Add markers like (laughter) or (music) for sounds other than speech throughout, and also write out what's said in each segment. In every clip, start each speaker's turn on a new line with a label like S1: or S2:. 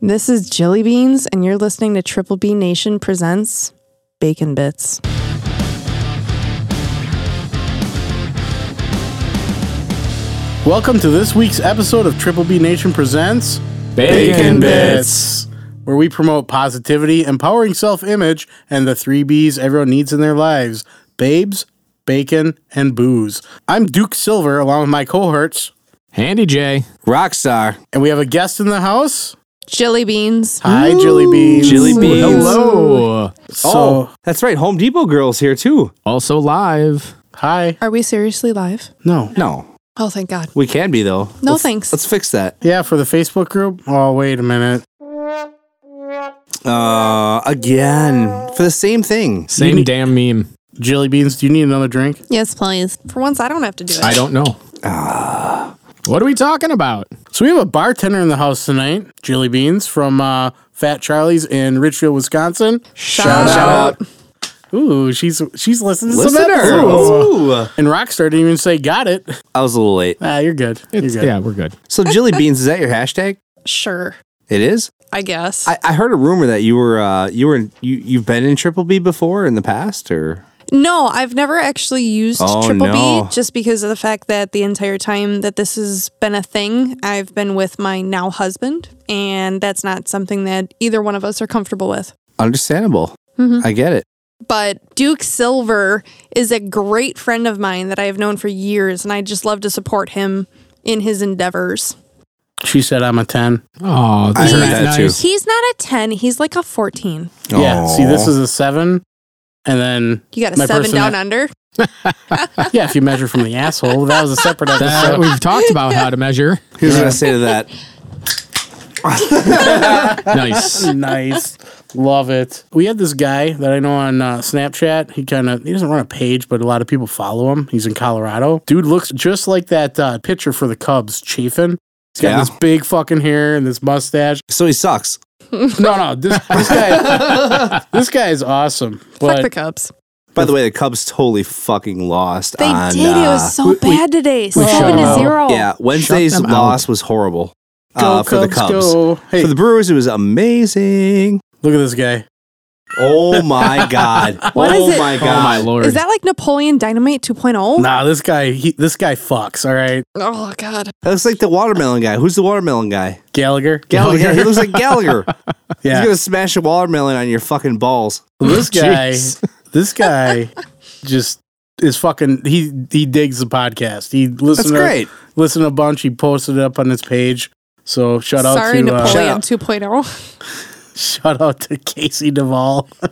S1: This is Jelly Beans, and you're listening to Triple B Nation Presents Bacon Bits.
S2: Welcome to this week's episode of Triple B Nation Presents
S3: Bacon
S2: Bits, where we promote positivity, empowering self image, and the three B's everyone needs in their lives babes, bacon, and booze. I'm Duke Silver along with my cohorts,
S3: Handy J.
S4: Rockstar.
S2: and we have a guest in the house.
S1: Jelly Beans.
S2: Hi, Jelly Beans.
S4: Jelly Beans.
S3: Hello.
S2: So,
S4: oh, that's right. Home Depot girls here too.
S3: Also live.
S2: hi.
S1: Are we seriously live?
S2: No.
S4: No,
S1: Oh, thank God.
S4: we can be though.
S1: No
S4: Let's-
S1: thanks.
S4: Let's fix that.
S2: Yeah, for the Facebook group. Oh, wait a minute.
S4: Uh, again for the same thing.
S3: Same damn meme.
S2: Jelly Beans, do you need another drink?
S1: Yes, please. For once, I don't have to do it.
S3: I don't know.
S2: Ah.
S3: what are we talking about?
S2: So we have a bartender in the house tonight, Jelly Beans from uh, Fat Charlie's in Richfield, Wisconsin.
S1: Shout, out.
S2: Ooh, she's she's listening to some
S4: Listener.
S2: episodes.
S4: Ooh.
S2: And Rockstar didn't even say got it.
S4: I was a little late.
S2: Ah, you're good. You're
S3: It's-
S2: good.
S3: yeah, we're good.
S4: So Jilly Beans is that your hashtag?
S1: Sure,
S4: It is.
S1: I guess.
S4: I, I heard a rumor that you were uh you were in, you you've been in Triple B before in the past or
S1: no, I've never actually used
S4: Oh,
S1: Triple
S4: no.
S1: B just because of the fact that the entire time that this has been a thing, I've been with my now husband, and that's not something that either one of us are comfortable with.
S4: understandable.
S1: Mm-hmm.
S4: I get it.
S1: but Duke Silver is a great friend of mine that I have known for years, and I just love to support him in his endeavors.
S2: She said I'm a 10.
S3: Oh,
S4: I
S3: isn't
S4: heard that too.
S1: He's not a 10, he's like a 14.
S2: Yeah. See, this
S4: Aw.
S2: is a seven. And then,
S1: You got a
S2: My
S1: 7
S2: person
S1: down
S2: that-
S1: under.
S2: yeah, if you measure from the asshole, that was a separate
S3: (laughs) That
S2: episode.
S3: we've talked about how to measure.
S4: Here's what I say to that.
S3: Nice.
S2: nice. Love it. We had this guy that I know on uh, Snapchat. He kind of, he doesn't run a page, but a lot of people follow him. He's in Colorado. Dude looks just like that uh, pitcher for the Cubs, Chafin. He's got
S4: Yeah.
S2: this big fucking hair and this mustache.
S4: So he sucks.
S2: (laughs) No, no, this, this
S3: Oh,
S4: (laughs)
S5: (laughs)
S2: guy, this guy is awesome.
S1: Fuck
S2: But
S1: the Cubs.
S4: By the way, the Cubs totally fucking lost.
S1: They
S2: Ah,
S4: on,
S1: did. it
S4: uh,
S1: was so bad today. 7
S3: shut
S1: to
S3: out.
S1: 0.
S4: Yeah, Wednesday's
S3: them
S4: loss was horrible uh, for the Cubs.
S2: Go. Hey,
S4: For the Brewers, it was amazing.
S2: look at this guy.
S4: Oh my god!
S1: What
S4: oh
S1: is it?
S4: my
S3: Oh my
S4: god!
S3: lord.
S1: Is that like Napoleon Dynamite 2.0?
S2: Nah, this guy, he, this guy fucks. All right,
S1: Oh, God.
S4: that looks like the watermelon guy. Who's the watermelon guy?
S2: Gallagher.
S4: Gallagher. he looks like Gallagher. He's
S2: Yeah,
S4: gonna smash a watermelon on your fucking balls.
S2: this guy,
S3: Jeez.
S2: this guy, just is fucking. He he digs the podcast. He
S4: That's
S2: listen to
S4: great.
S2: listen a bunch. He posted it up on his page. So shout out
S1: Sorry,
S2: to uh,
S4: Shut
S1: Napoleon oh.
S4: up.
S1: 2.0.
S2: (laughs) shout out to Casey Duvall. (laughs) I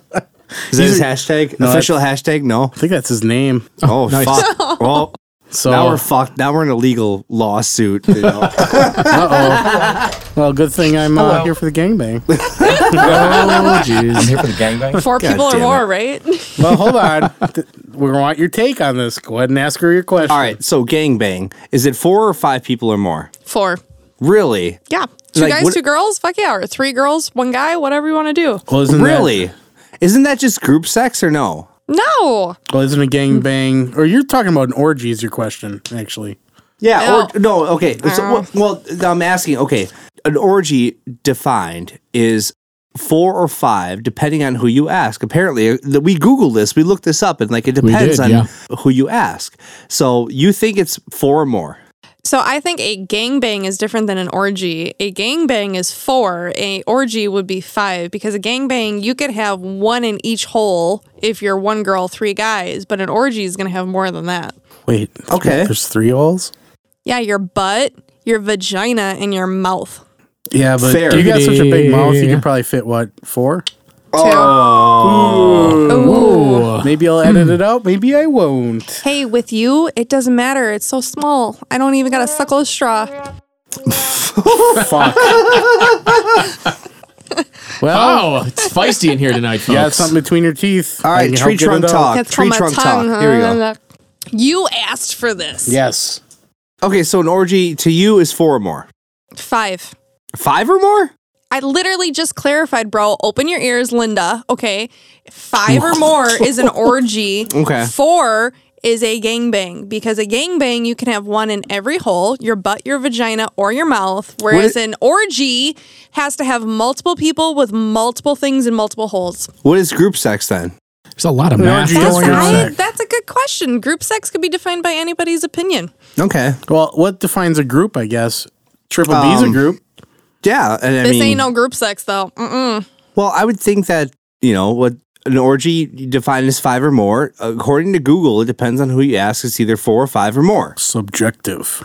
S4: Is that his hashtag?
S2: No,
S4: Official hashtag? No.
S2: think that's his name.
S4: Oh
S3: nice.
S4: fuck. Well,
S2: So
S4: now we're fucked. Now we're in a legal lawsuit. You know?
S2: (laughs) well, good thing I'm uh, here for the gangbang.
S3: oh, jeez.
S5: for the
S1: (laughs)
S5: gangbang?
S1: Four people or
S4: damn
S1: more,
S4: it.
S1: right? (laughs)
S2: well, hold
S4: (laughs)
S2: on. Th- We want your take on this. Go ahead and ask her your question.
S4: All right. So gangbang. Is it four or five people or more?
S1: Four.
S4: Really?
S1: Yeah. Two
S4: Like,
S1: guys,
S4: what-
S1: two girls? Fuck yeah. Or three girls, one guy, whatever you want to do.
S2: Well, isn't that-
S4: really? Isn't that just group sex or no?
S1: No.
S2: well, isn't a gangbang? Or you're talking about an orgy? Is your question actually?
S4: Yeah,
S1: No.
S4: or no, okay. So,
S1: No.
S4: well, I'm asking, okay, an orgy defined is four or five, depending on who you ask. Apparently, that we Googled this, we looked this up, and like it depends
S3: did,
S4: on
S3: yeah.
S4: who you ask. So you think it's four or more?
S1: So I think a gangbang is different than an orgy. A gangbang is four. A orgy would be five because a gangbang you could have one in each hole if you're one girl, three guys. But an orgy is gonna have more than that.
S2: Wait.
S4: Okay. (laughs)
S2: There's three holes.
S1: Yeah, your butt, your vagina, and your mouth.
S2: Yeah, but
S4: Fair.
S2: you got such a big mouth. You
S3: Yeah.
S2: could probably fit what four?
S4: Oh.
S1: Ooh.
S2: Maybe I'll edit
S4: Hmm.
S2: it out. Maybe I won't.
S1: Hey, with you, it doesn't matter. It's so small. I don't even gotta suckle a straw.
S2: Fuck. well,
S3: Oh, it's feisty in here tonight, folks.
S2: you got something between your teeth.
S4: All
S2: I
S4: right,
S2: can
S4: tree
S2: help get
S4: trunk
S2: it out.
S4: talk.
S1: That's
S4: tree
S1: on my
S4: trunk
S1: tongue.
S4: talk. Here we go.
S1: You asked for this.
S2: Yes.
S4: Okay, so an orgy to you is four or more,
S1: Five.
S4: five or more.
S1: I literally just clarified, bro. Open your
S4: (laughs)
S1: ears, Linda. Okay. Five or more is an orgy.
S4: Okay.
S1: Four is a gangbang because a gangbang you can have one in every hole, your butt, your vagina, or your mouth, whereas an orgy has to have multiple people with multiple things in multiple holes.
S4: What is group sex then?
S3: There's a lot of
S2: No,
S3: math
S2: you
S3: going
S2: don't
S1: That's,
S2: Going on.
S1: I, that's a good question. Group sex could be defined by anybody's opinion.
S4: Okay.
S2: Well, what defines a group, I guess? Triple B's a
S4: Um,
S2: group.
S4: Yeah, and I
S1: this
S4: mean,
S1: ain't no group sex though. Mm-mm.
S4: well, I would think that you know what an orgy defined as five or more. According to Google, it depends on who you ask. It's either four or five or more.
S2: Subjective.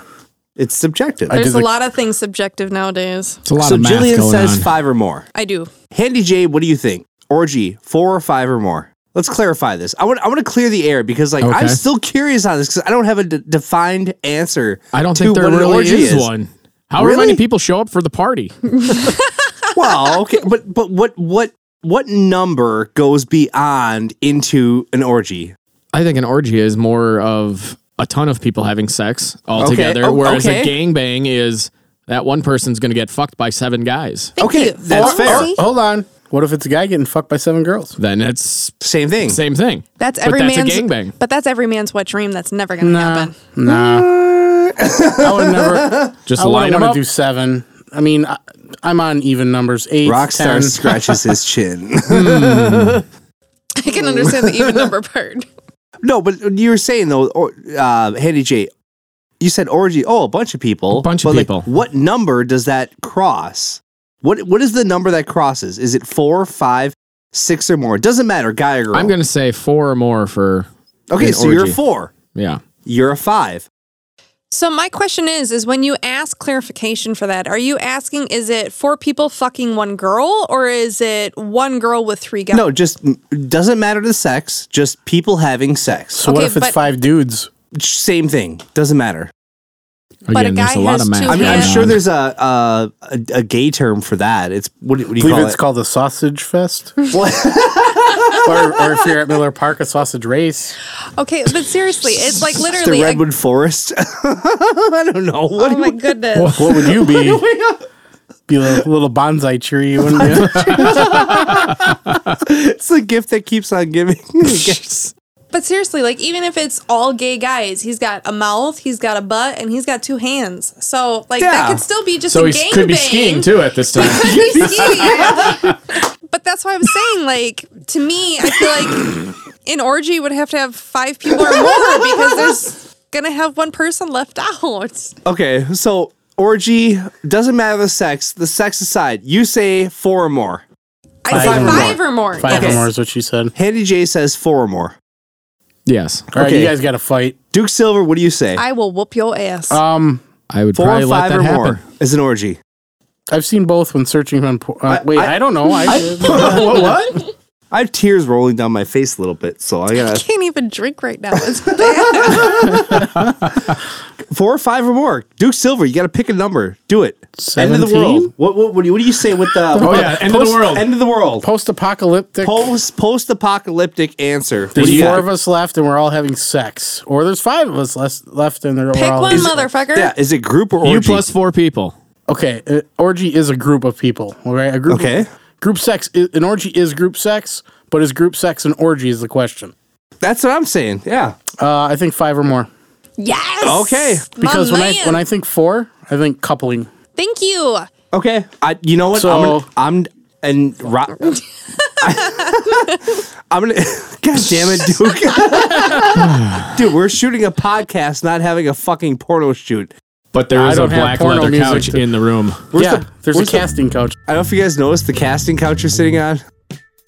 S4: It's subjective.
S2: I- did
S1: There's a
S2: the-
S1: lot of things subjective nowadays.
S3: It's a lot
S4: so
S3: of math
S4: Jillian
S3: going
S4: says
S3: on.
S4: five or more.
S1: I do.
S4: Handy J, what do you think? Orgy, four or five or more? Let's clarify this. I want I want to clear the air because like
S3: Okay.
S4: I'm still curious on this because I don't have a d- defined answer.
S3: I don't
S4: to
S3: think there
S4: what an
S3: really
S4: orgy
S3: is, one. However
S4: Really?
S3: many people show up for the party?
S4: (laughs) well, okay, but but what what what number goes beyond into an orgy?
S3: I think an orgy is more of a ton of people having sex all
S4: Okay,
S3: together,
S4: o-
S3: whereas a
S4: okay.
S3: gangbang is that one person's going to get fucked by seven guys.
S1: Thank
S4: okay,
S1: you.
S4: that's
S1: Oh,
S4: fair.
S1: see?
S2: Hold on. What if it's a guy getting fucked by seven girls?
S3: Then it's
S4: Same thing.
S3: same thing.
S1: That's every
S3: but that's
S1: man's
S3: a gangbang.
S1: But that's every man's wet dream. That's never gonna happen. (laughs)
S2: Nah. I would
S4: (laughs)
S2: never.
S3: Just
S4: Oh,
S2: I
S3: line
S2: wouldn't
S3: them
S2: want
S3: up.
S2: to do seven. I mean, I, I'm on even numbers. Eight,
S4: Rockstar
S2: 10.
S3: (laughs)
S4: scratches his chin. (laughs)
S1: I can understand the even number part.
S4: no, but you were saying though, or, uh, Handy J, you said orgy. Oh, a bunch of people.
S3: A bunch of
S4: but, like,
S3: people.
S4: what number does that cross? What What is the number that crosses? Is it four, five, six, or more? It doesn't matter, guy or girl.
S3: I'm going to say four or more for
S4: okay,
S3: an
S4: so you're a
S3: orgy.
S4: four.
S3: yeah.
S4: You're a five.
S1: So my question is: Is when you ask clarification for that, are you asking is it four people fucking one girl, or is it one girl with three guys?
S4: No, just mm, doesn't matter the sex. Just people having sex.
S2: So what
S1: Okay,
S2: if it's
S1: but-
S2: five dudes?
S4: Same thing. Doesn't matter.
S1: But a
S3: Again, there's
S1: guy
S3: a lot
S1: has
S3: of math.
S1: two
S4: I mean, I'm
S1: Yeah.
S4: sure there's a a, a a gay term for that. It's what, do- what do
S2: I
S4: you
S2: believe
S4: call
S2: it's
S4: it?
S2: called the sausage fest. or,
S4: (laughs) Well,
S2: (laughs) or if you're at Miller Park, a sausage race.
S1: Okay, but seriously, it's like
S4: the
S1: literally. a-
S4: redwood forest. (laughs) I don't know. What
S1: oh
S4: do
S1: my
S4: you-
S1: goodness.
S2: What would you be? Be a little bonsai tree, wouldn't you?
S4: (laughs) it's the gift that keeps on giving. (laughs)
S1: But seriously, like even if it's all gay guys, he's got a mouth, he's got a butt, and he's got two hands. So like that
S4: Yeah.
S1: could still be just
S3: So
S1: a
S3: he
S1: gangbang.
S3: could be skiing too at this
S4: (laughs)
S3: time.
S1: Could be skiing. (laughs) but that's why I'm saying, like, to me, I feel like an orgy would have to have five people or more because there's gonna have one person left out.
S4: okay, so orgy doesn't matter the sex. The sex aside, you say four or more.
S1: I
S2: Five
S1: say
S2: or
S1: five or more.
S2: Five
S1: yes.
S2: or more is what she said.
S4: Handy J says four or more.
S3: yes,
S2: All right,
S4: Okay.
S2: you guys got to fight.
S4: Duke Silver, what do you say?
S1: I will whoop your ass.
S2: Um,
S3: I would
S4: four
S3: probably
S4: or
S3: let
S4: five
S3: that
S4: or
S3: happen.
S4: more is an orgy.
S2: I've seen both when searching on. Por- uh,
S4: I-
S2: wait,
S4: I-
S2: I, don't know. I,
S3: what? what?
S4: (laughs) I have tears rolling down my face a little bit, so I
S1: I
S4: gotta
S1: (laughs) can't even drink right now.
S2: (laughs)
S1: It's bad.
S4: four or five or more. Duke Silver, you got to pick a number. Do it. End of the
S2: 17?
S4: world. What, what, what, do you, what do you say with the?
S3: (laughs) Oh,
S4: (laughs)
S3: yeah, end of the
S4: post-
S3: world.
S4: End of the world.
S2: post-apocalyptic.
S4: (laughs) Post post apocalyptic answer. What
S2: there's
S4: do you
S2: four
S4: got?
S2: of us left, and we're all having sex. Or there's five of us less, left, and they're
S1: Pick
S2: we're all.
S1: one,
S2: Is-
S1: motherfucker.
S4: Yeah, is it group or orgy?
S3: You plus four people.
S2: okay, uh, orgy is a group of people. All right, a group.
S4: Okay.
S2: group sex. i an orgy is group sex, but is group sex an orgy? Is the question.
S4: That's what I'm saying. Yeah.
S2: Uh, I think five or more.
S1: Yes.
S4: Okay,
S2: Because
S1: My
S2: when
S1: man.
S2: I when I think four, I think coupling.
S1: Thank you.
S4: Okay. I. You know what?
S2: So-
S4: I'm. Gonna, I'm and ro- (laughs) I'm gonna. (laughs) God damn it, Duke. (laughs) Dude, we're shooting a podcast, not having a fucking porno shoot.
S3: But there
S2: I
S3: is a
S2: don't have
S3: black
S2: porno
S3: leather
S2: music
S3: couch
S2: to-
S3: in the room.
S4: Where's
S2: yeah,
S4: the-
S2: there's a
S4: where's the-
S2: casting couch.
S4: I don't know if you guys noticed the casting couch you're sitting on.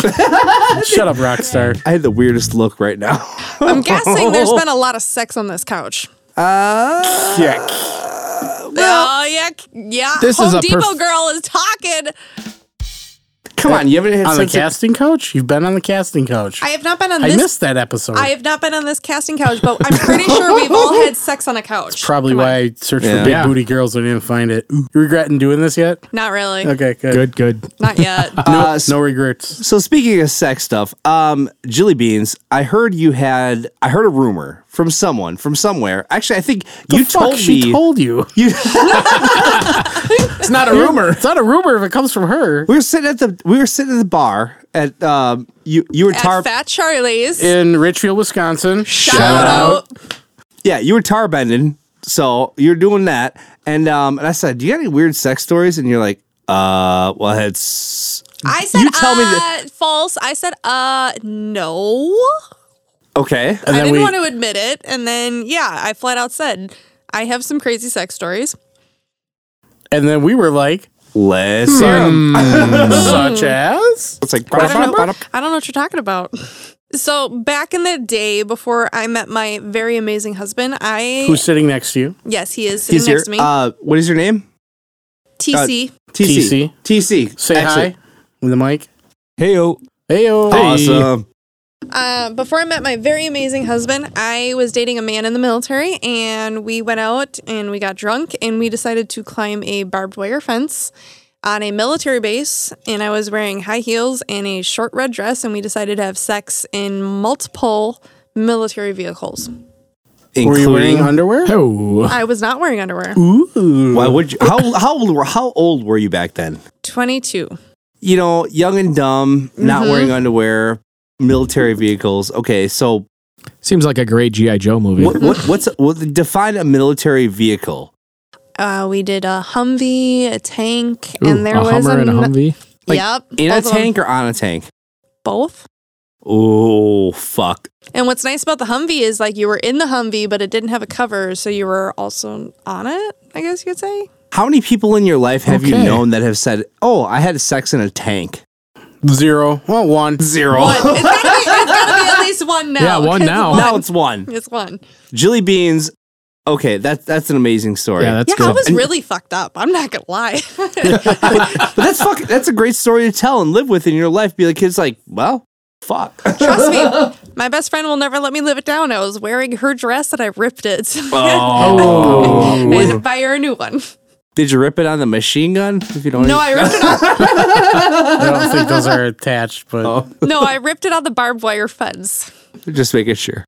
S2: Shut up,
S4: (laughs)
S2: Rockstar.
S4: I had the weirdest look right now. (laughs)
S1: I'm guessing
S2: (laughs)
S1: there's been a lot of sex on this couch.
S2: Uh, yeah.
S1: oh yeah, yeah.
S3: This
S1: Home
S3: is a
S1: Depot
S3: perf-
S1: girl is talking.
S4: Come on, you haven't had
S2: On the
S4: sex in-
S2: casting couch? You've been on the casting couch.
S1: I have not been on
S2: I
S1: this.
S2: missed that episode.
S1: I have not been on this casting couch, but I'm pretty sure we've all
S4: (laughs)
S1: had sex on a couch.
S2: Probably
S1: Come on.
S2: why I searched
S4: Yeah.
S2: for big
S3: Yeah.
S2: booty girls and didn't find it. You regretting doing this yet?
S1: Not really.
S2: Okay, good.
S3: Good, good.
S1: Not
S4: (laughs)
S1: yet.
S4: Uh, s-
S2: No regrets.
S4: So speaking of sex stuff, um, Jilly Beans, I heard you had I heard a rumor from someone, from somewhere. Actually, I think
S2: The
S4: you
S2: fuck
S4: told
S2: she
S4: me.
S2: told (laughs) you.
S4: you,
S3: It's not a rumor.
S2: It's not a rumor if it comes from her.
S4: we were sitting at the we were sitting at the bar at um you you were tar
S1: At Fat Charlie's.
S2: In Richfield, Wisconsin.
S1: Shout out.
S4: yeah you were tar bending so you're doing that and um and I said do you got any weird sex stories and you're like uh well it's
S1: I said
S4: You tell
S1: uh,
S4: me that-
S1: false. I said uh no.
S4: okay
S1: I
S2: then
S1: didn't
S2: we-
S1: want to admit it. And then yeah, I flat out said I have some crazy sex stories.
S2: And then we were like, Hmm.
S4: let's um,
S2: Um, (laughs) such as?
S4: it's like
S1: I don't, know, I don't know what you're talking about. So back in the day before I met my very amazing husband, I
S2: Who's sitting next to you?
S1: yes, he is sitting
S4: He's your,
S1: next to me.
S4: uh, what is your name?
S1: TC.
S4: TC. TC.
S2: Say
S4: Excellent.
S2: hi with the mic.
S4: Hey, yo.
S2: Hey,
S4: Awesome.
S1: Uh, before I met my very amazing husband, I was dating a man in the military, and we went out and we got drunk, and we decided to climb a barbed wire fence on a military base. And I was wearing high heels and a short red dress, and we decided to have sex in multiple military vehicles.
S2: Were you wearing
S4: Including.
S2: underwear?
S3: Oh,
S1: I was not wearing underwear.
S4: Why would you? How, how, old were, how old were you back then?
S1: 22.
S4: You know, young and dumb, not wearing underwear, military vehicles. Okay, so
S3: seems like a great GI Joe movie.
S4: what, what, what's what, define a military vehicle?
S1: Uh, we did a Humvee, a tank,
S3: Ooh,
S1: and there
S3: a
S1: was
S3: Hummer and a
S1: an-
S3: Humvee.
S4: like,
S1: yep,
S4: In
S1: both
S4: a
S1: of them.
S4: tank or on a tank?
S1: both.
S4: Oh, fuck.
S1: And what's nice about the Humvee is like you were in the Humvee, but it didn't have a cover, so you were also on it. I guess you could say.
S4: How many people in your life have you
S3: Okay.
S4: known that have said, oh, I had sex in a tank?
S2: Zero. Well, one.
S4: Zero.
S1: But it's gotta, be, it's gotta be at least one now.
S3: Yeah, one
S1: 'cause
S3: now.
S1: One,
S4: now it's one.
S1: it's one.
S4: Jilly beans. Okay, that's that's an amazing story.
S3: Yeah, that's
S1: Yeah, I
S3: good.
S1: was really fucked up. I'm not gonna lie. (laughs)
S4: but that's fuck, that's a great story to tell and live with in your life. Be like, kids, like, well, fuck.
S1: Trust me, my best friend will never let me live it down. I was wearing her dress and I ripped it. (laughs) So I had to buy her a new one.
S4: Did you rip it on the machine gun? If you don't,
S1: No, I ripped it on,
S2: I don't think those are attached, but
S1: no, I ripped it on the barbed wire fence.
S4: just making sure.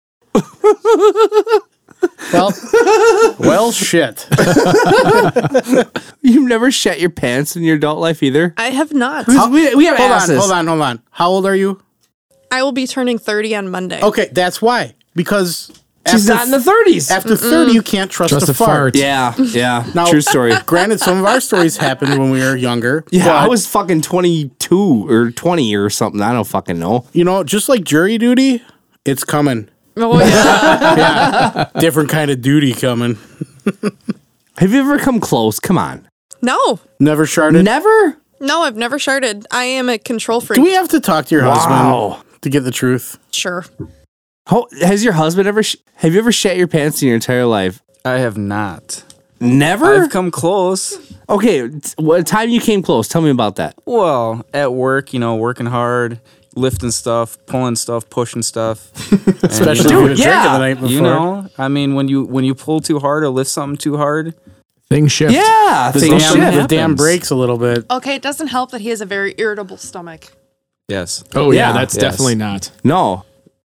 S2: well, (laughs) well, shit.
S4: You've never shat your pants in your adult life either.
S1: I have not.
S4: we, we have
S2: Hold on, hold on, hold on. How old are you?
S1: I will be turning 30 on Monday.
S2: Okay, that's why. Because
S4: She's
S2: after,
S4: not in the thirties.
S2: after 30, you can't trust,
S3: Just
S2: a, fart.
S4: Yeah, (laughs) yeah.
S2: Now-
S4: True story.
S2: Granted, some of our stories happened when we were younger.
S4: Yeah,
S2: but,
S4: I was fucking twenty two or twenty or something. I don't fucking know.
S2: You know, just like jury duty, it's coming.
S1: Oh, yeah.
S2: Different kind of duty coming.
S4: Have you ever come close? Come on,
S1: no,
S2: Never sharded.
S4: never.
S1: no, I've never sharded. I am a control freak.
S2: Do we have to talk to your
S4: Wow.
S2: husband to get the truth?
S1: sure.
S4: Ho- has your husband ever? Sh- have you ever shat your pants in your entire life?
S5: I have not.
S4: Never.
S5: I've come close.
S4: Okay, t- what time you came close? Tell me about that.
S5: Well, at work, you know, working hard, lifting stuff, pulling stuff,
S2: (laughs)
S5: pushing stuff. And,
S2: Especially
S5: you
S2: if
S5: know,
S2: you were drinking
S4: yeah.
S2: the night before.
S5: you know, I mean, when you when you pull too hard or lift something too hard,
S3: Things shift.
S4: Yeah,
S5: This
S4: things
S5: is
S4: shift.
S5: all-
S2: damn, the
S5: happens.
S2: damn breaks a little bit.
S1: Okay, it doesn't help that he has a very irritable stomach.
S5: yes,
S3: Oh yeah,
S4: Yeah.
S3: that's
S5: Yes.
S3: definitely not.
S4: No,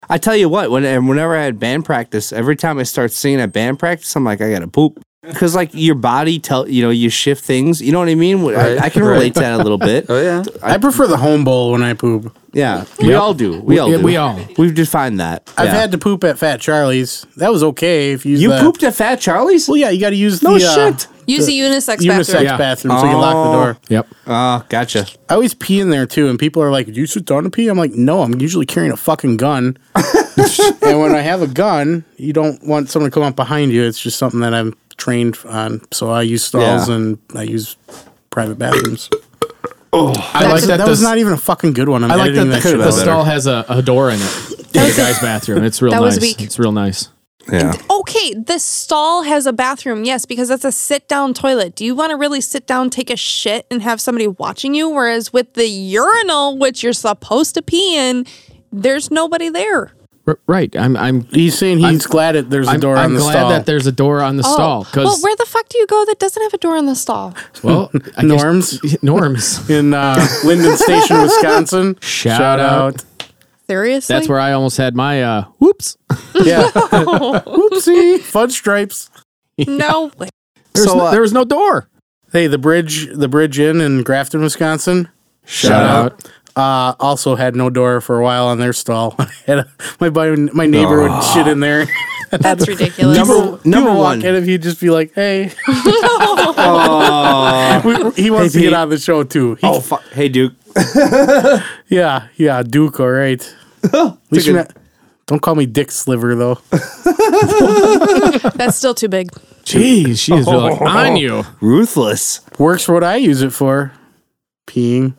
S4: I tell you what. When and whenever I had band practice, every time I start singing at band practice, I'm like, I gotta poop because like your body tell you know you shift things. You know what I mean? Wh- I,
S5: Right,
S4: I can
S5: right.
S4: relate to that
S2: (laughs)
S4: a little bit.
S5: oh yeah,
S2: I prefer the home bowl when I poop.
S4: Yeah, we all do. We all
S3: yeah,
S4: do.
S3: we all.
S4: We've defined that.
S2: I've
S4: Yeah.
S2: had to poop at Fat Charlie's. That was okay if you use
S4: you
S2: the-
S4: pooped at Fat Charlie's.
S2: Well, yeah, you got to use
S4: No
S2: the uh,
S4: shit.
S1: Use a unisex,
S2: unisex
S1: bathroom.
S3: Yeah.
S2: bathroom so you lock the door.
S3: Yep.
S4: Oh, gotcha.
S2: I always pee in there too, and people are like, "Do you sit down to pee?" I'm like, "No, I'm usually carrying a fucking
S3: (laughs)
S2: gun." and when I have a gun, you don't want someone to come up behind you. It's just something that I'm trained on. So I use stalls
S4: Yeah.
S2: and I use private bathrooms.
S3: I like
S2: that,
S3: that.
S2: was
S3: the-
S2: not even a fucking good one. I'm
S3: I like that
S2: editing
S3: the,
S2: that, shit
S3: the
S2: out.
S3: stall has a, a door in it. the
S1: (laughs)
S3: guy's bathroom. It's real
S1: That was
S3: nice.
S1: weak.
S3: It's real nice.
S4: Yeah.
S1: Okay, the stall has a bathroom, yes, because that's a sit down toilet. Do you want to really sit down, take a shit, and have somebody watching you? Whereas with the urinal, which you're supposed to pee in, there's nobody there.
S3: R- right. I'm I'm
S2: He's saying he's glad that there's a
S3: I'm,
S2: door
S3: I'm
S2: on the
S3: glad
S2: stall.
S3: that there's a door on the stall
S1: Oh, well,
S3: because
S1: where the fuck do you go that doesn't have a door in the stall?
S3: well,
S2: (laughs)
S3: I guess-
S2: Norms?
S3: (laughs) norms. (laughs)
S2: in uh, Linden Station, Wisconsin.
S3: Shout, out.
S1: Seriously?
S3: That's where I almost had my uh, whoops. (laughs)
S2: Yeah. (laughs) Oopsie. Fudge stripes.
S1: No way.
S3: There's
S4: So,
S3: no,
S4: uh,
S3: there was no door.
S2: Hey, the bridge, the bridge inn in Grafton, Wisconsin.
S3: Shout out.
S2: Uh, also had no door for a while on their stall. (laughs) Had a- my bu- my neighbor would shit in there.
S1: That's ridiculous. (laughs)
S4: Number number
S2: People walk
S4: one.
S2: in and he'd just be like, "Hey." (laughs) We- he wants to
S4: Oh. Pete.
S2: get on the show too. He-
S4: (laughs) Oh fuck! Hey Duke.
S2: Yeah, yeah, Duke. All right. We should
S4: good-
S2: not- don't call me Dick Sliver though.
S1: That's still too big.
S3: Jeez, she is really on you.
S4: Ruthless.
S2: Oh.
S4: (laughs)
S2: Works for what I use it for. Peeing.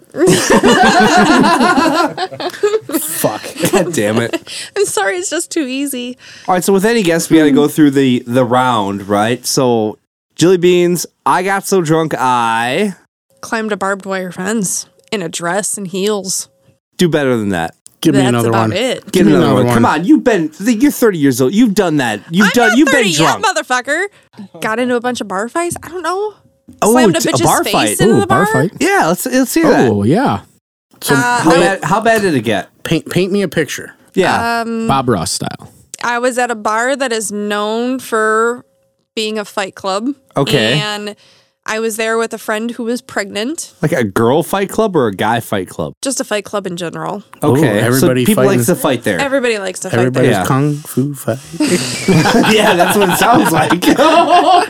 S2: Fuck.
S4: God damn it.
S1: I'm sorry, it's just too easy.
S4: All right. So with any guest, we got to go through the the round, right? So Jelly Beans. I got so drunk I
S1: Climbed a barbed wire fence in a dress and heels.
S4: do better than that.
S2: Give me
S1: That's
S2: another
S1: about
S2: one.
S1: it.
S4: Get
S2: Give me
S4: another,
S2: another
S4: one.
S2: one.
S4: Come on, you've been you're 30 years old. You've done that. You've
S1: I'm
S4: done.
S1: not
S4: you've
S1: 30
S4: been drunk.
S1: yet, motherfucker. Got into a bunch of bar fights. I don't know.
S4: Oh,
S1: Slammed a
S4: t- a
S1: bitch's
S4: bar
S1: face
S4: fight.
S1: into
S3: Ooh,
S1: the bar.
S4: yeah, let's let's hear that.
S3: Oh, yeah.
S2: So
S1: Uh,
S4: How bad? How bad did it get?
S2: paint paint me a picture.
S1: Uh,
S4: Yeah.
S1: Mm.
S3: Bob Ross style.
S1: um, I was at a bar that is known for being a fight club.
S4: Okay.
S1: And I was there with a friend who was pregnant.
S4: like a girl fight club or a guy fight club?
S1: Just a fight club in general.
S4: Okay.
S2: Ooh, everybody
S4: so people
S2: fighting.
S4: likes to fight there.
S1: Everybody likes to fight there.
S2: Everybody's
S4: Yeah.
S2: kung fu fight.
S4: (laughs) yeah, that's what it sounds like. (laughs)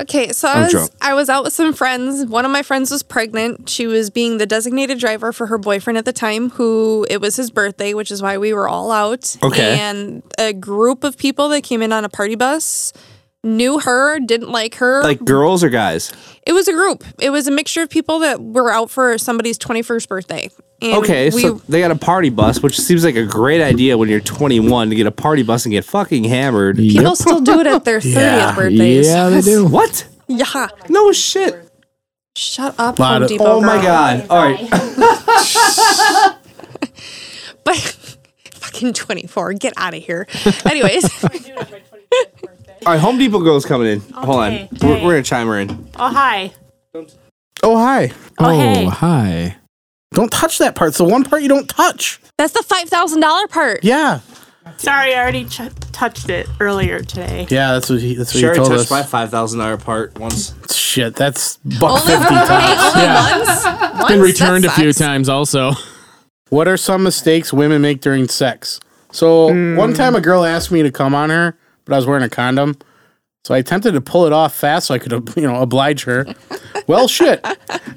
S1: Okay, so I
S4: I'm
S1: was
S4: drunk.
S1: I was out with some friends. One of my friends was pregnant. She was being the designated driver for her boyfriend at the time, who it was his birthday, which is why we were all out.
S4: Okay.
S1: And a group of people that came in on a party bus knew her, didn't like her.
S4: like girls or guys?
S1: it was a group. It was a mixture of people that were out for somebody's twenty first birthday. And
S4: Okay,
S1: we,
S4: so they got a party bus, which seems like a great idea when you're 21 to get a party bus and get fucking hammered.
S1: people still do it
S4: (laughs)
S1: at their thirtieth
S2: Yeah,
S1: birthdays.
S3: Yeah, they do.
S4: What?
S1: Yeah.
S4: No shit.
S1: Shut up,
S2: Lot
S1: Home
S2: of-
S1: Depot.
S4: Oh my
S1: girl.
S4: god. All right.
S1: but (laughs) fucking 24 get out of here anyways
S4: (laughs) All right, Home Depot girl's coming in. Hold on.
S6: Okay,
S4: We're,
S6: hey.
S4: we're going to chime her in.
S6: Oh hi.
S2: Oh hi.
S6: Oh, hey.
S3: hi.
S2: Don't touch that part. So one part you don't touch.
S1: that's the $5000 part
S2: Yeah.
S6: Sorry, I already ch- touched it earlier today.
S2: Yeah, that's what he that's what
S4: Sherry
S2: he told
S4: touched
S2: us.
S4: my $5,000 part once.
S2: Shit, that's buck
S1: only,
S2: fifty
S1: hey,
S2: times.
S1: only
S3: Yeah.
S1: once once
S3: Been
S1: That
S3: returned a few
S1: sucks.
S3: times also.
S2: What are some mistakes women make during sex? So one time a girl asked me to come on her, but I was wearing a condom. So I attempted to pull it off fast so I could, (laughs) you know, oblige her. Well, shit.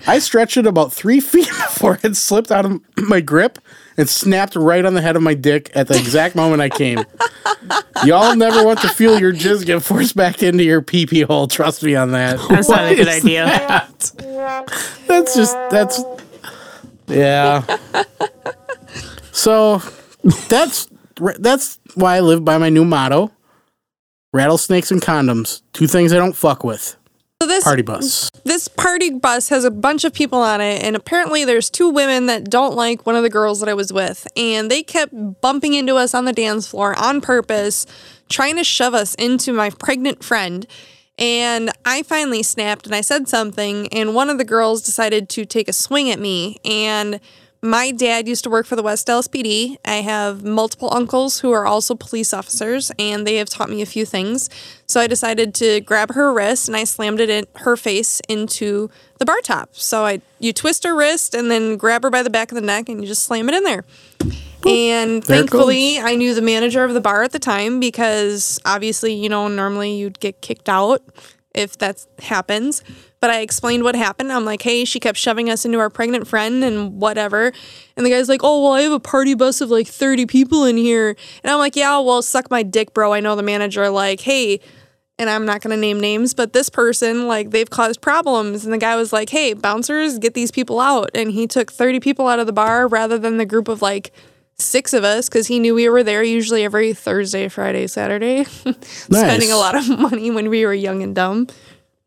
S2: I stretched it about three (laughs) feet before it slipped out of my grip and snapped right on the head of my dick at the exact moment I came. Y'all never want to feel your jizz get forced back into your pee pee hole. Trust me on that.
S6: That's not a good idea.
S2: That's just that's yeah. so that's that's why I live by my new motto: rattlesnakes and condoms. Two things I don't fuck with.
S1: so this
S2: Party bus.
S1: this party bus has a bunch of people on it and apparently there's two women that don't like one of the girls that i was with and they kept bumping into us on the dance floor on purpose trying to shove us into my pregnant friend and i finally snapped and i said something and one of the girls decided to take a swing at me and my dad used to work for the West Dallas PD. I have multiple uncles who are also police officers, and they have taught me a few things. So I decided to grab her wrist and I slammed it in her face into the bar top. So I you twist her wrist and then grab her by the back of the neck and you just slam it in there. And
S2: There it
S1: thankfully, I knew the manager of the bar at the time because obviously, you know, normally you'd get kicked out if that happens. But I explained what happened. I'm like, hey, she kept shoving us into our pregnant friend and whatever. And the guy's like, oh, well, I have a party bus of like 30 people in here. And I'm like, yeah, well, suck my dick, bro. I know the manager, like, hey, and I'm not going to name names, but this person, like, they've caused problems. And the guy was like, hey, bouncers, get these people out. And he took 30 people out of the bar rather than the group of like six of us because he knew we were there usually every Thursday, Friday, Saturday, (laughs) spending a lot of (laughs) money when we were young and dumb.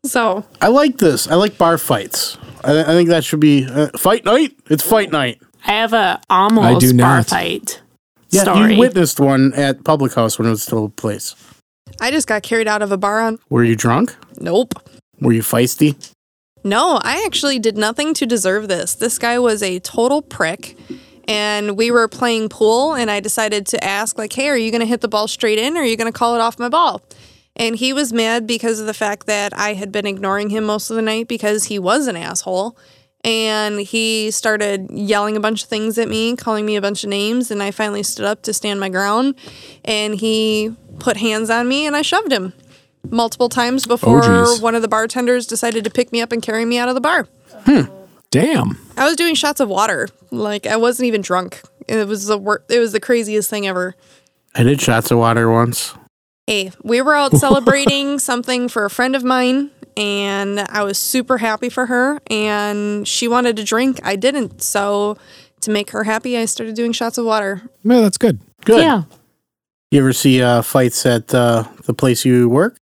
S1: So
S2: I like this. I like bar fights. I, I think that should be uh, fight night. It's fight night.
S6: I have a
S3: (laughs)
S6: almost
S3: I do
S6: bar
S3: not.
S6: fight
S2: Yeah,
S6: story.
S2: you witnessed one at Public House when it was still a place.
S1: I just got carried out of a bar on.
S2: Were you drunk?
S1: Nope.
S2: Were you feisty?
S1: No, I actually did nothing to deserve this. This guy was a total prick. and we were playing pool and I decided to ask like, "Hey, are you going to hit the ball straight in or are you going to call it off my ball?" And he was mad because of the fact that I had been ignoring him most of the night because he was an asshole. And he started yelling a bunch of things at me, calling me a bunch of names. And I finally stood up to stand my ground. And he put hands on me and I shoved him multiple times before
S3: geez.
S1: one of the bartenders decided to pick me up and carry me out of the bar.
S3: Damn.
S1: I was doing shots of water. Like I wasn't even drunk. It was the wor- it was the craziest thing ever.
S2: I did shots of water once.
S1: Hey, we were out celebrating something for a friend of mine and I was super happy for her and she wanted a drink. I didn't. So to make her happy, I started doing shots of water.
S3: Yeah, that's good.
S2: Good. You ever see uh, fights at uh, the place you work?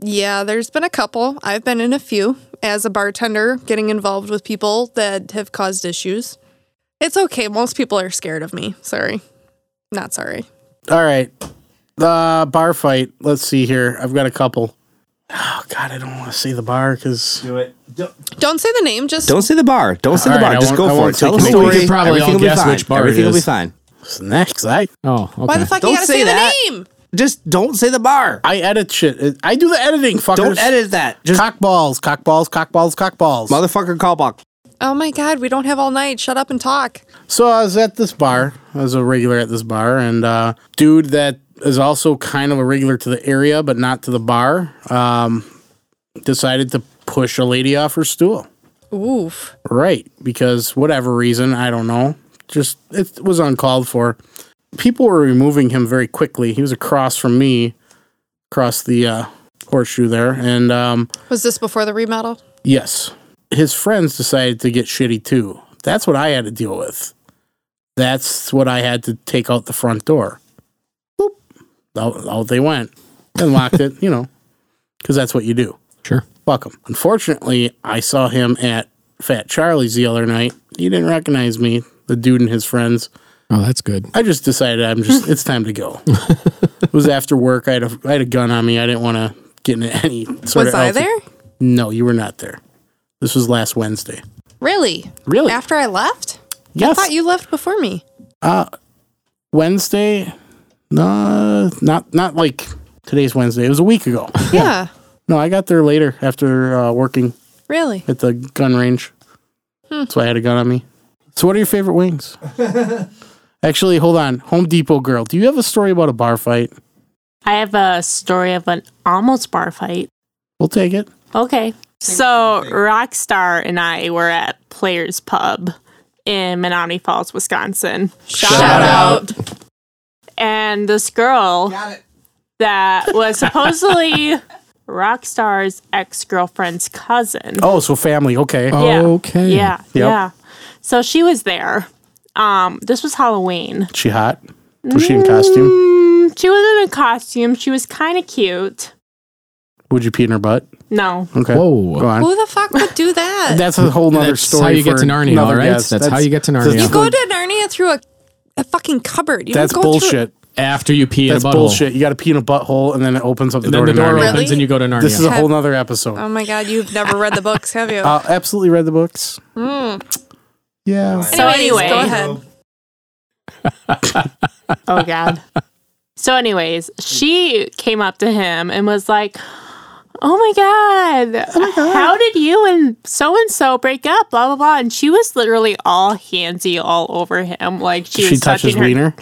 S1: Yeah, there's been a couple. I've been in a few as a bartender getting involved with people that have caused issues. It's okay. Most people are scared of me. Sorry. Not sorry.
S2: All right. Uh, bar fight. Let's see here. I've got a couple. Oh, God, I don't want to say the bar because.
S4: Do it. Don't,
S1: Don't say the name, just
S4: don't say the bar. Don't say
S2: All
S4: the
S2: right,
S4: bar.
S2: I won't-
S4: Just go
S2: I
S4: for
S2: won't
S4: it. Tell
S2: take
S4: a
S2: it. We
S4: story.
S3: could probably
S4: Everything
S3: all
S4: will be
S3: guess
S4: fine.
S3: which bar it
S4: Everything will be
S3: is.
S4: fine.
S2: What's next? I,
S3: Oh, okay.
S1: Why the fuck you
S4: Don't
S1: gotta
S4: say
S1: say,
S4: that.
S1: the name?
S4: Just don't say the bar.
S2: I edit shit. I do the editing, fuckers.
S4: Don't edit that. Just
S2: Cock balls, cock balls, cock balls, cock balls.
S4: motherfucker call back.
S1: Oh my god, we don't have all night. Shut up and talk.
S2: So I was at this bar. I was a regular at this bar, and uh, dude that is also kind of a regular to the area, but not to the bar, um, decided to push a lady off her stool.
S1: Oof.
S2: Right, because whatever reason, I don't know. Just it was uncalled for. People were removing him very quickly. He was across from me, across the uh, horseshoe there, and um,
S1: Was this before the remodel?
S2: Yes. His friends decided to get shitty too. That's what I had to deal with. That's what I had to take out the front door. Boop. Out, out they went and locked it, you know, because that's what you do.
S3: Sure.
S2: Fuck him. Unfortunately, I saw him at Fat Charlie's the other night. He didn't recognize me, the dude and his friends.
S3: Oh, that's good.
S2: I just decided I'm just, it's time to go. it was after work. I had a, I had a gun on me. I didn't want to get into any sort
S1: Was
S2: of
S1: I
S2: altercation.
S1: there?
S2: No, you were not there. This was last Wednesday.
S1: Really?
S2: Really?
S1: After I left? I
S2: Yes. Uh,
S1: thought you left before me.
S2: Wednesday? No, not not like today's Wednesday. It was a week ago.
S1: Yeah.
S2: no, I got there later after uh, working
S1: Really?
S2: at the gun range. That's why I had a gun on me. So, what are your favorite wings? Actually, hold on. Home Depot girl, do you have a story about a bar fight?
S6: I have a story of an almost bar fight.
S2: We'll take it.
S6: Okay. So Rockstar and I were at Players Pub in Menominee Falls, Wisconsin.
S1: Shout, out.
S6: And this girl that was supposedly Rockstar's ex girlfriend's cousin.
S2: Oh, so family. Okay.
S6: Yeah.
S3: Okay.
S6: Yeah.
S2: Yep.
S6: Yeah. So she was there. Um, this was Halloween.
S2: She hot? Was she in costume?
S6: Mm, she was in a costume. She was kind of cute.
S2: Would you pee in her butt?
S6: No.
S2: Okay.
S3: Whoa.
S2: Go on.
S1: Who the fuck would do that?
S2: That's a whole nother
S3: That's
S2: story.
S3: how you get
S2: for
S3: to Narnia,
S2: another
S3: all right?
S2: guest.
S3: That's how you get to
S1: you
S3: Narnia. that's
S1: go to Narnia through a, a fucking cupboard. You
S2: That's
S1: don't go through-
S2: bullshit.
S3: After you pee
S2: That's
S3: in a butthole.
S2: bullshit. You got to pee in a butthole, and then it opens up the
S3: Then
S2: door
S3: the
S2: to
S3: door
S2: Narnia.
S3: opens
S1: Really?
S3: and you go to Narnia.
S2: This is a
S1: Have-
S2: whole nother episode.
S1: oh my god, you've never read the books, have you?
S2: uh, absolutely read the books. Yeah.
S6: So
S1: Anyways,
S6: anyway.
S1: go ahead.
S6: Oh God. (laughs) so, anyways, she came up to him and was like, "Oh my God,
S2: Oh,
S6: how did you and so and so break up?" Blah blah blah. And she was literally all handsy all over him, like she,
S2: She
S6: was
S2: touches
S6: touching her.
S2: wiener.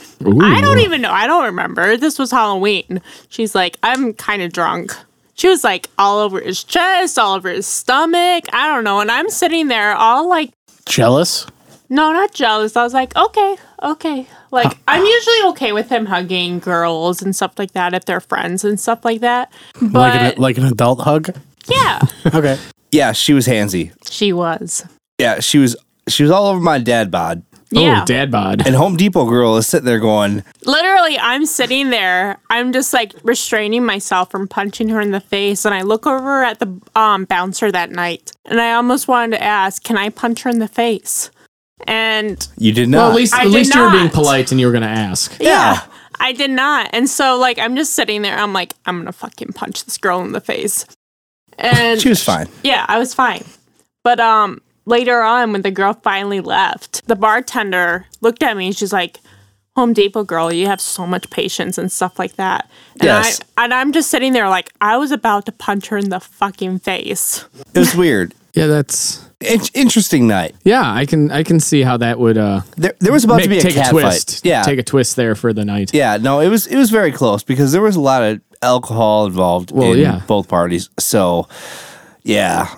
S6: I don't even know. I don't remember. This was Halloween. She's like, "I'm kind of drunk." She was like all over his chest, all over his stomach. I don't know. And I'm sitting there all like
S2: Jealous.
S6: no, not jealous. I was like, okay, okay. Like, I'm usually okay with him hugging girls and stuff like that if they're friends and stuff like that. But
S2: Like an, like an adult hug.
S6: yeah,
S2: Okay.
S4: Yeah, she was handsy.
S6: she was.
S4: Yeah, she was. She was all over my dad bod.
S3: Oh,
S6: Yeah.
S3: dad bod.
S4: And Home Depot girl is sitting there going,
S6: Literally, I'm sitting there. I'm just like restraining myself from punching her in the face. And I look over at the um, bouncer that night and I almost wanted to ask, can I punch her in the face? And
S4: "You did not."
S3: Well, at least,
S6: I
S3: at
S6: did
S3: least you were being
S6: not.
S3: polite and you were going to ask.
S4: yeah.
S6: I did not. And so, like, I'm just sitting there. I'm like, I'm gonna fucking punch this girl in the face. And
S4: She was fine.
S6: Yeah, I was fine. But um, later on, when the girl finally left, the bartender looked at me and she's like, Home Depot girl, you have so much patience and stuff like that. And
S4: Yes.
S6: I and I'm just sitting there like I was about to punch her in the fucking face.
S4: It was weird.
S3: Yeah, that's
S4: It's interesting night.
S3: yeah. I can I can see how that would uh
S4: There, there was about to be
S3: make-
S4: a
S3: take
S4: cat
S3: a twist.
S4: fight. Yeah,
S3: take a twist there for the night.
S4: yeah. No, it was it was very close because there was a lot of alcohol involved
S3: Well,
S4: in
S3: yeah.
S4: both parties. So, yeah,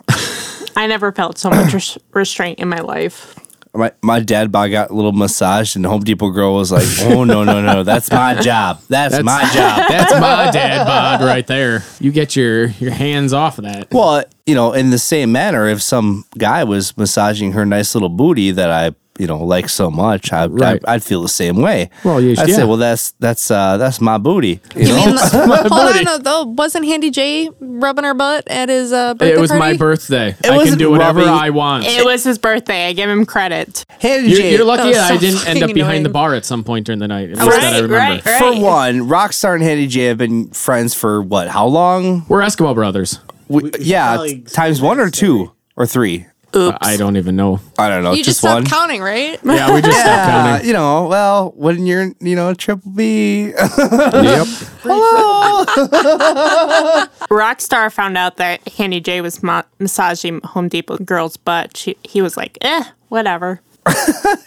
S6: I never felt so much res- restraint in my life.
S4: my my dad bod got a little massaged, and the Home Depot girl was like, "Oh no, no, no, that's my job. That's,
S3: That's-
S4: my job."
S3: That's
S4: (laughs)
S3: my dad bod right there. You get your your hands off of that.
S4: Well, you know, in the same manner, if some guy was massaging her nice little booty that I, you know, like so much, I,
S3: Right.
S4: I, would feel the same way.
S3: Well, you-
S4: I'd say,
S3: yeah.
S4: well, that's that's uh, that's my booty. You
S1: You
S4: know?
S1: mean the, hold on, no, though, wasn't Handy J rubbing her butt at his uh, birthday
S3: it was my
S1: party?
S3: birthday. I can
S4: wasn't
S3: do whatever
S4: rubbing-
S3: I want.
S6: It was his birthday. I give him credit.
S4: Hey,
S3: You're,
S4: Jay,
S3: you're lucky
S1: That was
S3: that
S1: so
S3: I didn't end up
S1: fucking
S3: behind the
S1: annoying.
S3: bar at some point during the night. At least that I
S6: Right,
S3: remember.
S6: right, right.
S4: for one, Rockstar and Handy J have been friends for what? How long?
S3: We're Eskimo brothers.
S4: We, yeah,
S2: probably
S4: times one or two or three.
S3: I don't even know.
S4: I don't know.
S1: You just
S4: just
S1: stopped
S4: one.
S1: counting, right?
S3: Yeah, we
S4: (laughs)
S3: just stopped
S4: Uh,
S3: counting.
S4: you know, well, when you're, you know, triple B. (laughs)
S3: Yep.
S6: Rockstar found out that Handy J was ma- massaging Home Depot girl's butt. She, he was like, eh, whatever.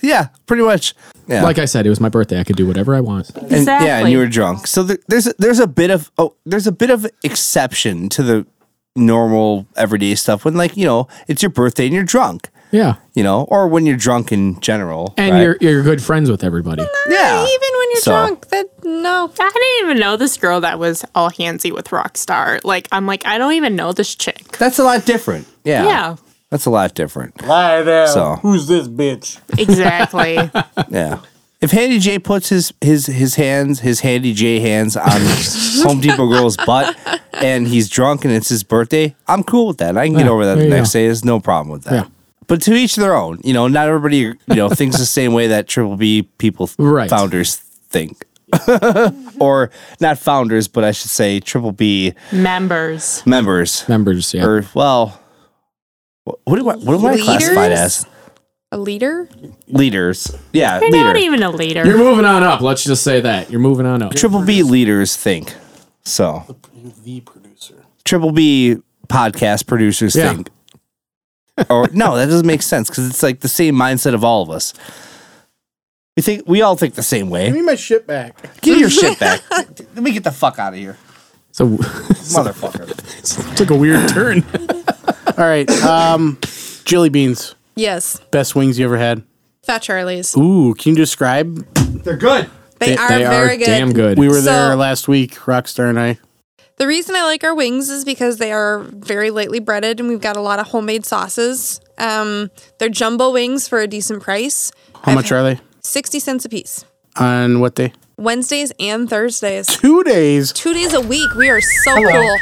S4: yeah, pretty much. Yeah.
S3: Like I said, it was my birthday. I could do whatever I want.
S4: And- Yeah, and
S6: Exactly.
S4: you were drunk. So there, there's there's a bit of oh, there's a bit of exception to the normal everyday stuff when like you know it's your birthday and you're drunk,
S3: Yeah.
S4: you know, or when you're drunk in general.
S3: And
S4: right?
S3: you're you're good friends with everybody.
S4: yeah,
S1: Even when you're
S4: So-
S1: drunk, that no.
S6: I didn't even know this girl that was all handsy with Rockstar. Like, I'm like, I don't even know this chick.
S4: That's a lot different. Yeah,
S6: Yeah,
S4: that's a lot different.
S2: Hi there.
S4: So-
S2: Who's this bitch?
S6: exactly. (laughs)
S4: Yeah. If Handy J puts his his his hands, his Handy J hands on Home Depot girl's butt and he's drunk and it's his birthday, I'm cool with that. I can get
S3: Yeah,
S4: over that
S3: there
S4: the
S3: you
S4: next
S3: go.
S4: day. There's no problem with that.
S3: Yeah.
S4: But to each their own. You know, not everybody you know thinks the same way that Triple B people
S3: (laughs) Right.
S4: founders think. (laughs) or not founders, but I should say Triple B
S6: Members.
S4: members.
S3: Members, yeah.
S4: Or well wh- what do I what am I classified
S1: Leaders?
S4: as?
S1: A leader?
S4: Leaders. Yeah,
S6: You're
S4: Uh, leader.
S6: not even a leader.
S3: You're moving on up. Let's just say that. You're moving on up.
S4: Triple B leaders think. So
S2: The producer.
S4: Triple B podcast producers
S3: Yeah.
S4: think. or no, that doesn't make sense because it's like the same mindset of all of us. We think we all think the same
S2: Give
S4: way.
S2: me my shit back.
S4: Give your shit back. (laughs) Let me get the fuck out of here,
S3: So
S4: motherfucker.
S3: took a weird
S2: (laughs)
S3: turn.
S2: All right. Um, Jelly beans.
S1: Yes.
S2: Best wings you ever had.
S1: Fat Charlie's.
S2: Ooh, can you describe?
S4: They're good.
S1: They, are very good.
S3: damn good.
S2: We were
S1: So-
S2: there last week, Rockstar and I.
S1: The reason I like our wings is because they are very lightly breaded and we've got a lot of homemade sauces. Um, they're jumbo wings for a decent price.
S2: How much are they?
S1: 60 cents a piece.
S2: On what day?
S1: Wednesdays and Thursdays.
S2: Two days.
S1: Two days a week. We are so cool.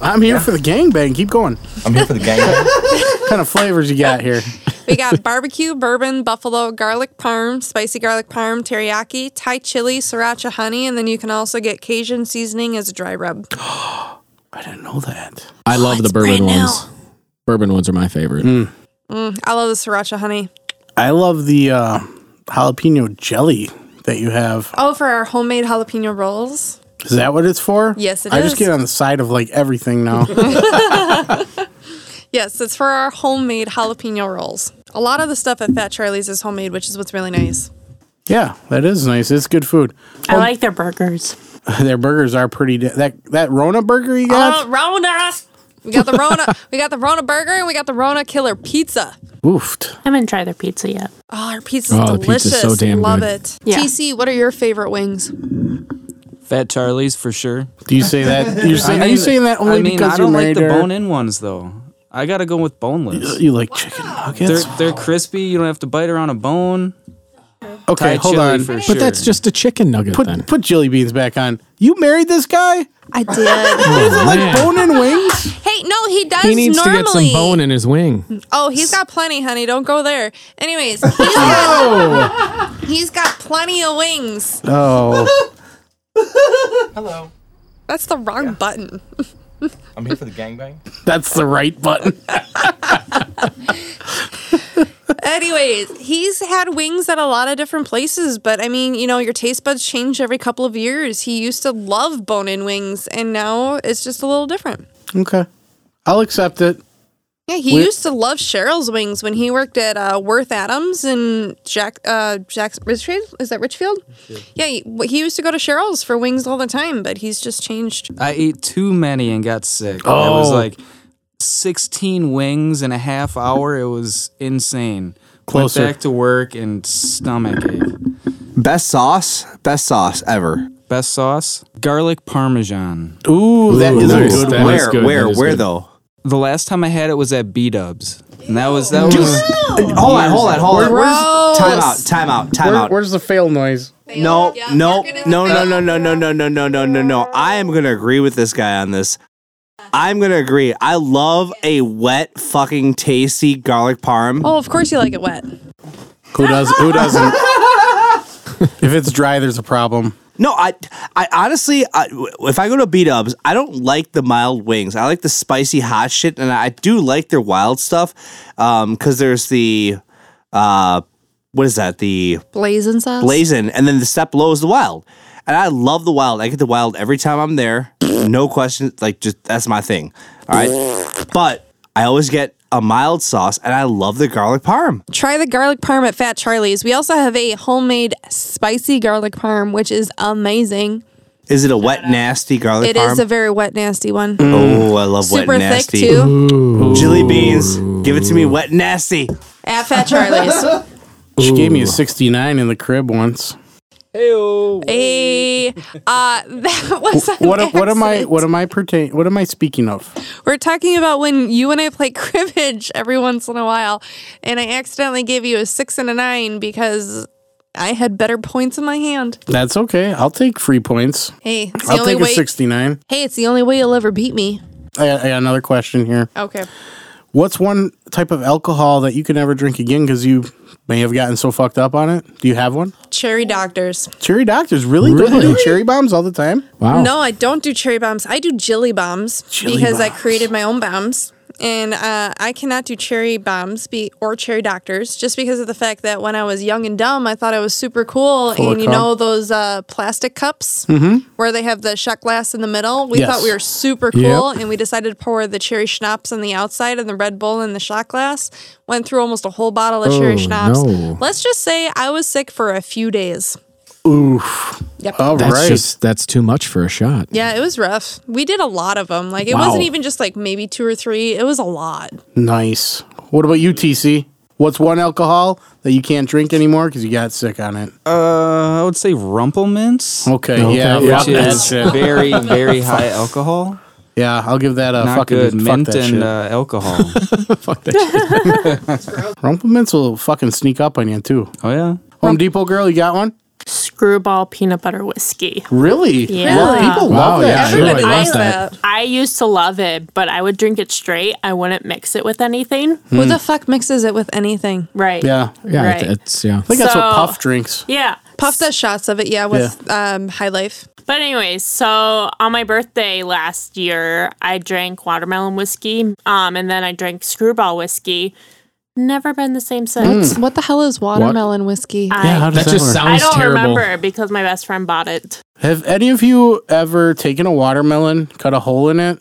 S2: I'm here for the gangbang. Keep going.
S4: I'm here for the gang.
S2: What kind of flavors you got here?
S1: We got barbecue, bourbon, buffalo, garlic parm, spicy garlic parm, teriyaki, Thai chili, sriracha honey, and then you can also get Cajun seasoning as a dry rub.
S2: I didn't know that.
S3: I love the bourbon ones. Bourbon ones are my favorite.
S1: I love the sriracha honey.
S2: I love the uh, jalapeno jelly that you have.
S1: Oh, for our homemade jalapeno rolls.
S2: Is that what it's for?
S1: Yes, it
S2: I just
S1: is.
S2: get on the side of like everything
S1: (laughs)
S2: now.
S1: Yes, it's for our homemade jalapeno rolls. A lot of the stuff at Fat Charlie's is homemade, which is what's really nice.
S2: yeah, that is nice. It's good food. (laughs)
S6: I like their burgers.
S2: Their burgers are pretty. da- that that Rona burger you got?
S1: Oh, Rona! We
S3: (laughs)
S1: got the Rona. we got the Rona burger and we got the Rona killer pizza.
S2: Oofed.
S6: I haven't tried their pizza yet.
S1: Oh, our pizza's
S3: Oh, the
S1: delicious.
S3: pizza's so damn
S1: Love
S3: good.
S1: it.
S6: Yeah.
S1: TC, what are your favorite wings?
S5: Fat Charlie's for sure.
S2: Do you say that?
S5: (laughs)
S2: You're saying, are you saying that only
S5: I mean,
S2: because
S5: I don't
S2: you're
S5: like
S2: married
S5: the
S2: to her?
S5: bone-in ones though. I gotta go with boneless.
S2: You like chicken nuggets?
S5: They're they're crispy. You don't have to bite around a bone.
S2: okay,
S5: Thai
S2: hold
S5: chili
S2: on.
S5: for
S2: Put,
S5: sure.
S3: But that's just a chicken nugget then.
S2: put put jelly beans back on. You married this guy?
S1: I did.
S2: Like bone and wings?
S1: (laughs) hey, no, he does
S3: Oh, he needs
S1: normally.
S3: to get some bone in his wing.
S1: Oh, he's got plenty, honey. Don't go there. Anyways, he's got, he's got plenty of wings.
S2: Oh,
S1: That's the wrong button.
S7: I'm here for the gangbang.
S2: That's the right button.
S1: Anyways, he's had wings at a lot of different places, but I mean, you know, your taste buds change every couple of years. He used to love bone in wings, and now it's just a little different.
S2: Okay. I'll accept it.
S1: Yeah, he
S2: We-
S1: used to love Cheryl's wings when he worked at uh, Worth Adams and Jack uh, Jack's Richfield. Is that Richfield? Yeah, he, he used to go to Cheryl's for wings all the time, but he's just changed.
S5: I ate too many and got sick. It
S2: Oh.
S5: was like 16 wings in a half hour. It was insane.
S2: Closer.
S5: Went back to work and stomach ache.
S4: Best sauce, best sauce ever.
S5: Best sauce? Garlic parmesan.
S2: Ooh, that is
S3: nice.
S2: a good
S3: That
S2: one.
S3: is
S4: where,
S3: good,
S4: where,
S3: that is
S4: where
S3: good.
S4: though?
S5: The last time I had it was at B Dubs. And that was that was
S2: (laughs)
S4: Hold on, hold on, hold on.
S1: Gross.
S4: Time out, time out, time
S2: Where-
S4: out.
S2: where's the fail noise?
S4: No,
S1: Yeah,
S4: no,
S1: market is
S4: no, no,
S1: failed.
S4: no, no, no, no, no, no, no, no, no. I am gonna agree with this guy on this. I'm gonna agree. I love a wet, fucking tasty garlic parm.
S1: Oh, of course you like it wet.
S2: Who does?
S5: (laughs)
S2: Who doesn't? if it's dry, there's a problem.
S4: No, I, I honestly, I, if I go to B Dubs, I don't like the mild wings. I like the spicy hot shit, and I do like their wild stuff. Um, because there's the, uh, what is that? The
S1: Blazing sauce.
S4: blazon, and then the step below is the wild. And I love the wild. I get the wild every time I'm there. No question. Like, just that's my thing. All right. But I always get a mild sauce, and I love the garlic parm.
S1: Try the garlic parm at Fat Charlie's. We also have a homemade spicy garlic parm, which is amazing.
S4: Is it a wet, nasty garlic
S1: It is
S4: parm?
S1: a very wet, nasty one.
S2: Mm.
S4: oh, I love wet,
S1: Super
S4: and
S1: thick
S4: nasty.
S1: too.
S4: Jelly beans. Give it to me, wet, and nasty.
S1: At Fat
S2: (laughs)
S1: Charlie's.
S2: She gave me a 69 in the crib
S5: (laughs)
S2: once.
S1: hey, uh, (laughs) that was an
S2: What? am- What am I?
S1: accident.
S2: What am I pertain? What am I speaking of?
S1: We're talking about when you and I play (laughs) cribbage every once in a while, and I accidentally gave you a six and a nine because I had better points in my hand.
S2: That's okay. I'll take free points.
S1: Hey, it's the
S2: I'll
S1: only
S2: take a
S1: way.
S2: 69.
S1: Hey, it's the only way you'll ever beat me.
S2: I, I got another question here.
S1: Okay.
S2: What's one type of alcohol that you can never drink again because you may have gotten so fucked up on it? Do you have one?
S1: Cherry doctors.
S2: Cherry doctors really, Don't they do cherry bombs all the time.
S3: Wow.
S1: No, I don't do cherry bombs. I do jelly bombs because I created my own bombs. And uh, I cannot do cherry bombs be, or cherry doctors just because of the fact that when I was young and dumb, I thought I was super cool.
S2: Full
S1: and you
S2: cup.
S1: know those uh, plastic cups where they have the shot glass in the middle? We
S2: Yes.
S1: thought we were super cool. And we decided to pour the cherry schnapps on the outside and the Red Bull in the shot glass. Went through almost a whole bottle of cherry
S3: Oh,
S1: schnapps.
S3: no.
S1: Let's just say I was sick for a few days.
S2: All right.
S3: That's just that's too much for a shot.
S1: Yeah, it was rough. We did a lot of them. Like it wasn't even just like maybe two or three. It was a lot.
S2: nice. What about you, TC? What's one alcohol that you can't drink anymore because you got sick on it?
S5: uh I would say rumplemints.
S2: Okay, yeah,
S5: Which
S2: fuck that
S5: is
S2: shit.
S5: very,
S2: (laughs)
S5: very high alcohol.
S2: Yeah, I'll give that a
S5: Not
S2: fucking
S5: good.
S2: Uh, fuck
S5: Mint
S2: that
S5: and
S2: shit.
S5: uh, alcohol.
S2: (laughs) Rumplemintz will fucking sneak up on you too.
S5: oh yeah.
S2: Home Depot girl, you got one?
S6: Screwball peanut butter whiskey.
S2: Really?
S6: Yeah.
S2: Well, people
S1: Oh,
S2: love that.
S3: yeah,
S2: shit.
S3: everybody
S1: Everybody
S3: loves
S1: likes
S3: that.
S6: I used to love it, but I would drink it straight. I wouldn't mix it with anything.
S1: Who the fuck mixes it with anything?
S6: Right.
S2: Yeah, I
S3: Yeah,
S6: Right.
S3: it- it's yeah.
S2: think that's what
S6: So-
S2: Puff drinks.
S6: Yeah.
S1: Puff does shots of it, yeah, with um, High Life.
S6: But anyways, so on my birthday last year, I drank watermelon whiskey, um, and then I drank screwball whiskey. Never been the same since.
S1: What the hell is watermelon whiskey?
S6: I,
S2: Yeah, how does
S3: That
S2: that,
S3: just
S2: work?
S6: I
S3: sounds
S6: don't
S3: terrible. (laughs)
S6: remember because my best friend bought it.
S2: Have any of you ever taken a watermelon, cut a hole in it,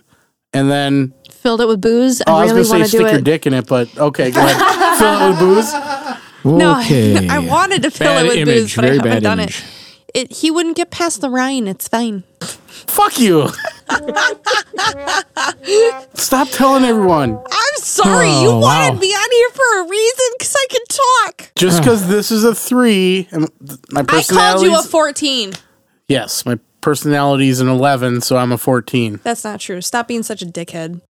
S2: and then
S1: Filled it with booze.
S2: oh,
S1: I
S2: I,
S1: really
S2: was
S1: want
S2: gonna
S1: to
S2: say
S1: do
S2: stick your
S1: it.
S2: dick in it, but okay, go
S1: (laughs)
S2: ahead. fill it with booze.
S1: No, (laughs)
S3: Okay.
S1: I wanted to fill
S3: Bad
S1: it with booze,
S3: image,
S1: but I
S3: very
S1: haven't
S3: bad
S1: done
S3: image.
S1: it. It he wouldn't get past the Rhine. It's fine.
S2: Fuck you. Stop telling everyone.
S1: I'm sorry. you
S3: Oh, wow.
S1: wanted me on here for a reason because I could talk.
S2: Just because this is a three, and th- my
S1: I called
S2: personality.
S1: you a 14.
S2: yes, my personality's an eleven, so I'm a fourteen.
S1: That's not true. Stop being such a dickhead.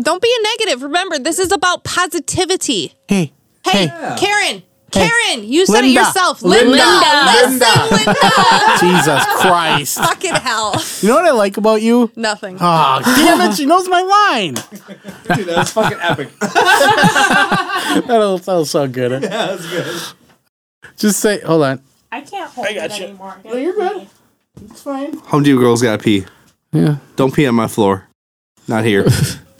S1: Don't be a negative. Remember, this is about positivity.
S2: Hey,
S1: Hey, Karen. Karen, you said
S2: Linda.
S1: it yourself. Linda.
S6: Linda.
S1: Listen, Linda.
S2: Jesus Christ!
S1: Fucking hell.
S2: You know what I like about you?
S1: Nothing.
S2: Oh, damn it! She knows my line.
S7: Dude, that was fucking
S4: (laughs)
S7: epic.
S2: That'll, that'll sound good. (laughs) Yeah, that's good. Just say, hold on.
S6: I can't hold it anymore. No, you're
S4: Home Depot girl's gotta pee.
S2: Yeah.
S4: Don't pee on my floor. Not here.
S7: (laughs)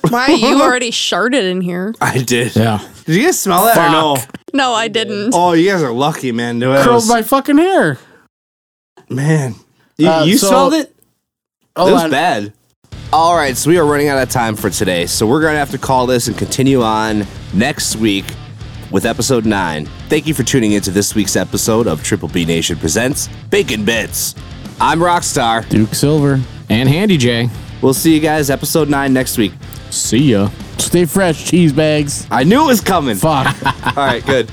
S1: Why you already sharded in here?
S4: I did.
S3: Yeah.
S4: Did you guys smell that or no?
S1: No, I didn't.
S4: Oh, you guys are lucky, man. That
S2: Curled
S4: was-
S2: my fucking hair.
S4: man, you,
S2: Uh,
S4: you
S2: so-
S4: smelled it.
S2: Hold
S4: it was
S2: on.
S4: bad. All right, so we are running out of time for today, so we're going to have to call this and continue on next week with episode nine. Thank you for tuning into this week's episode of Triple B Nation presents Bacon Bits. I'm Rockstar.
S3: Duke Silver and Handy J.
S4: We'll see you guys episode nine next week.
S3: See ya.
S2: Stay fresh, cheese bags.
S4: I knew it was coming.
S2: Fuck.
S4: (laughs) All right, good.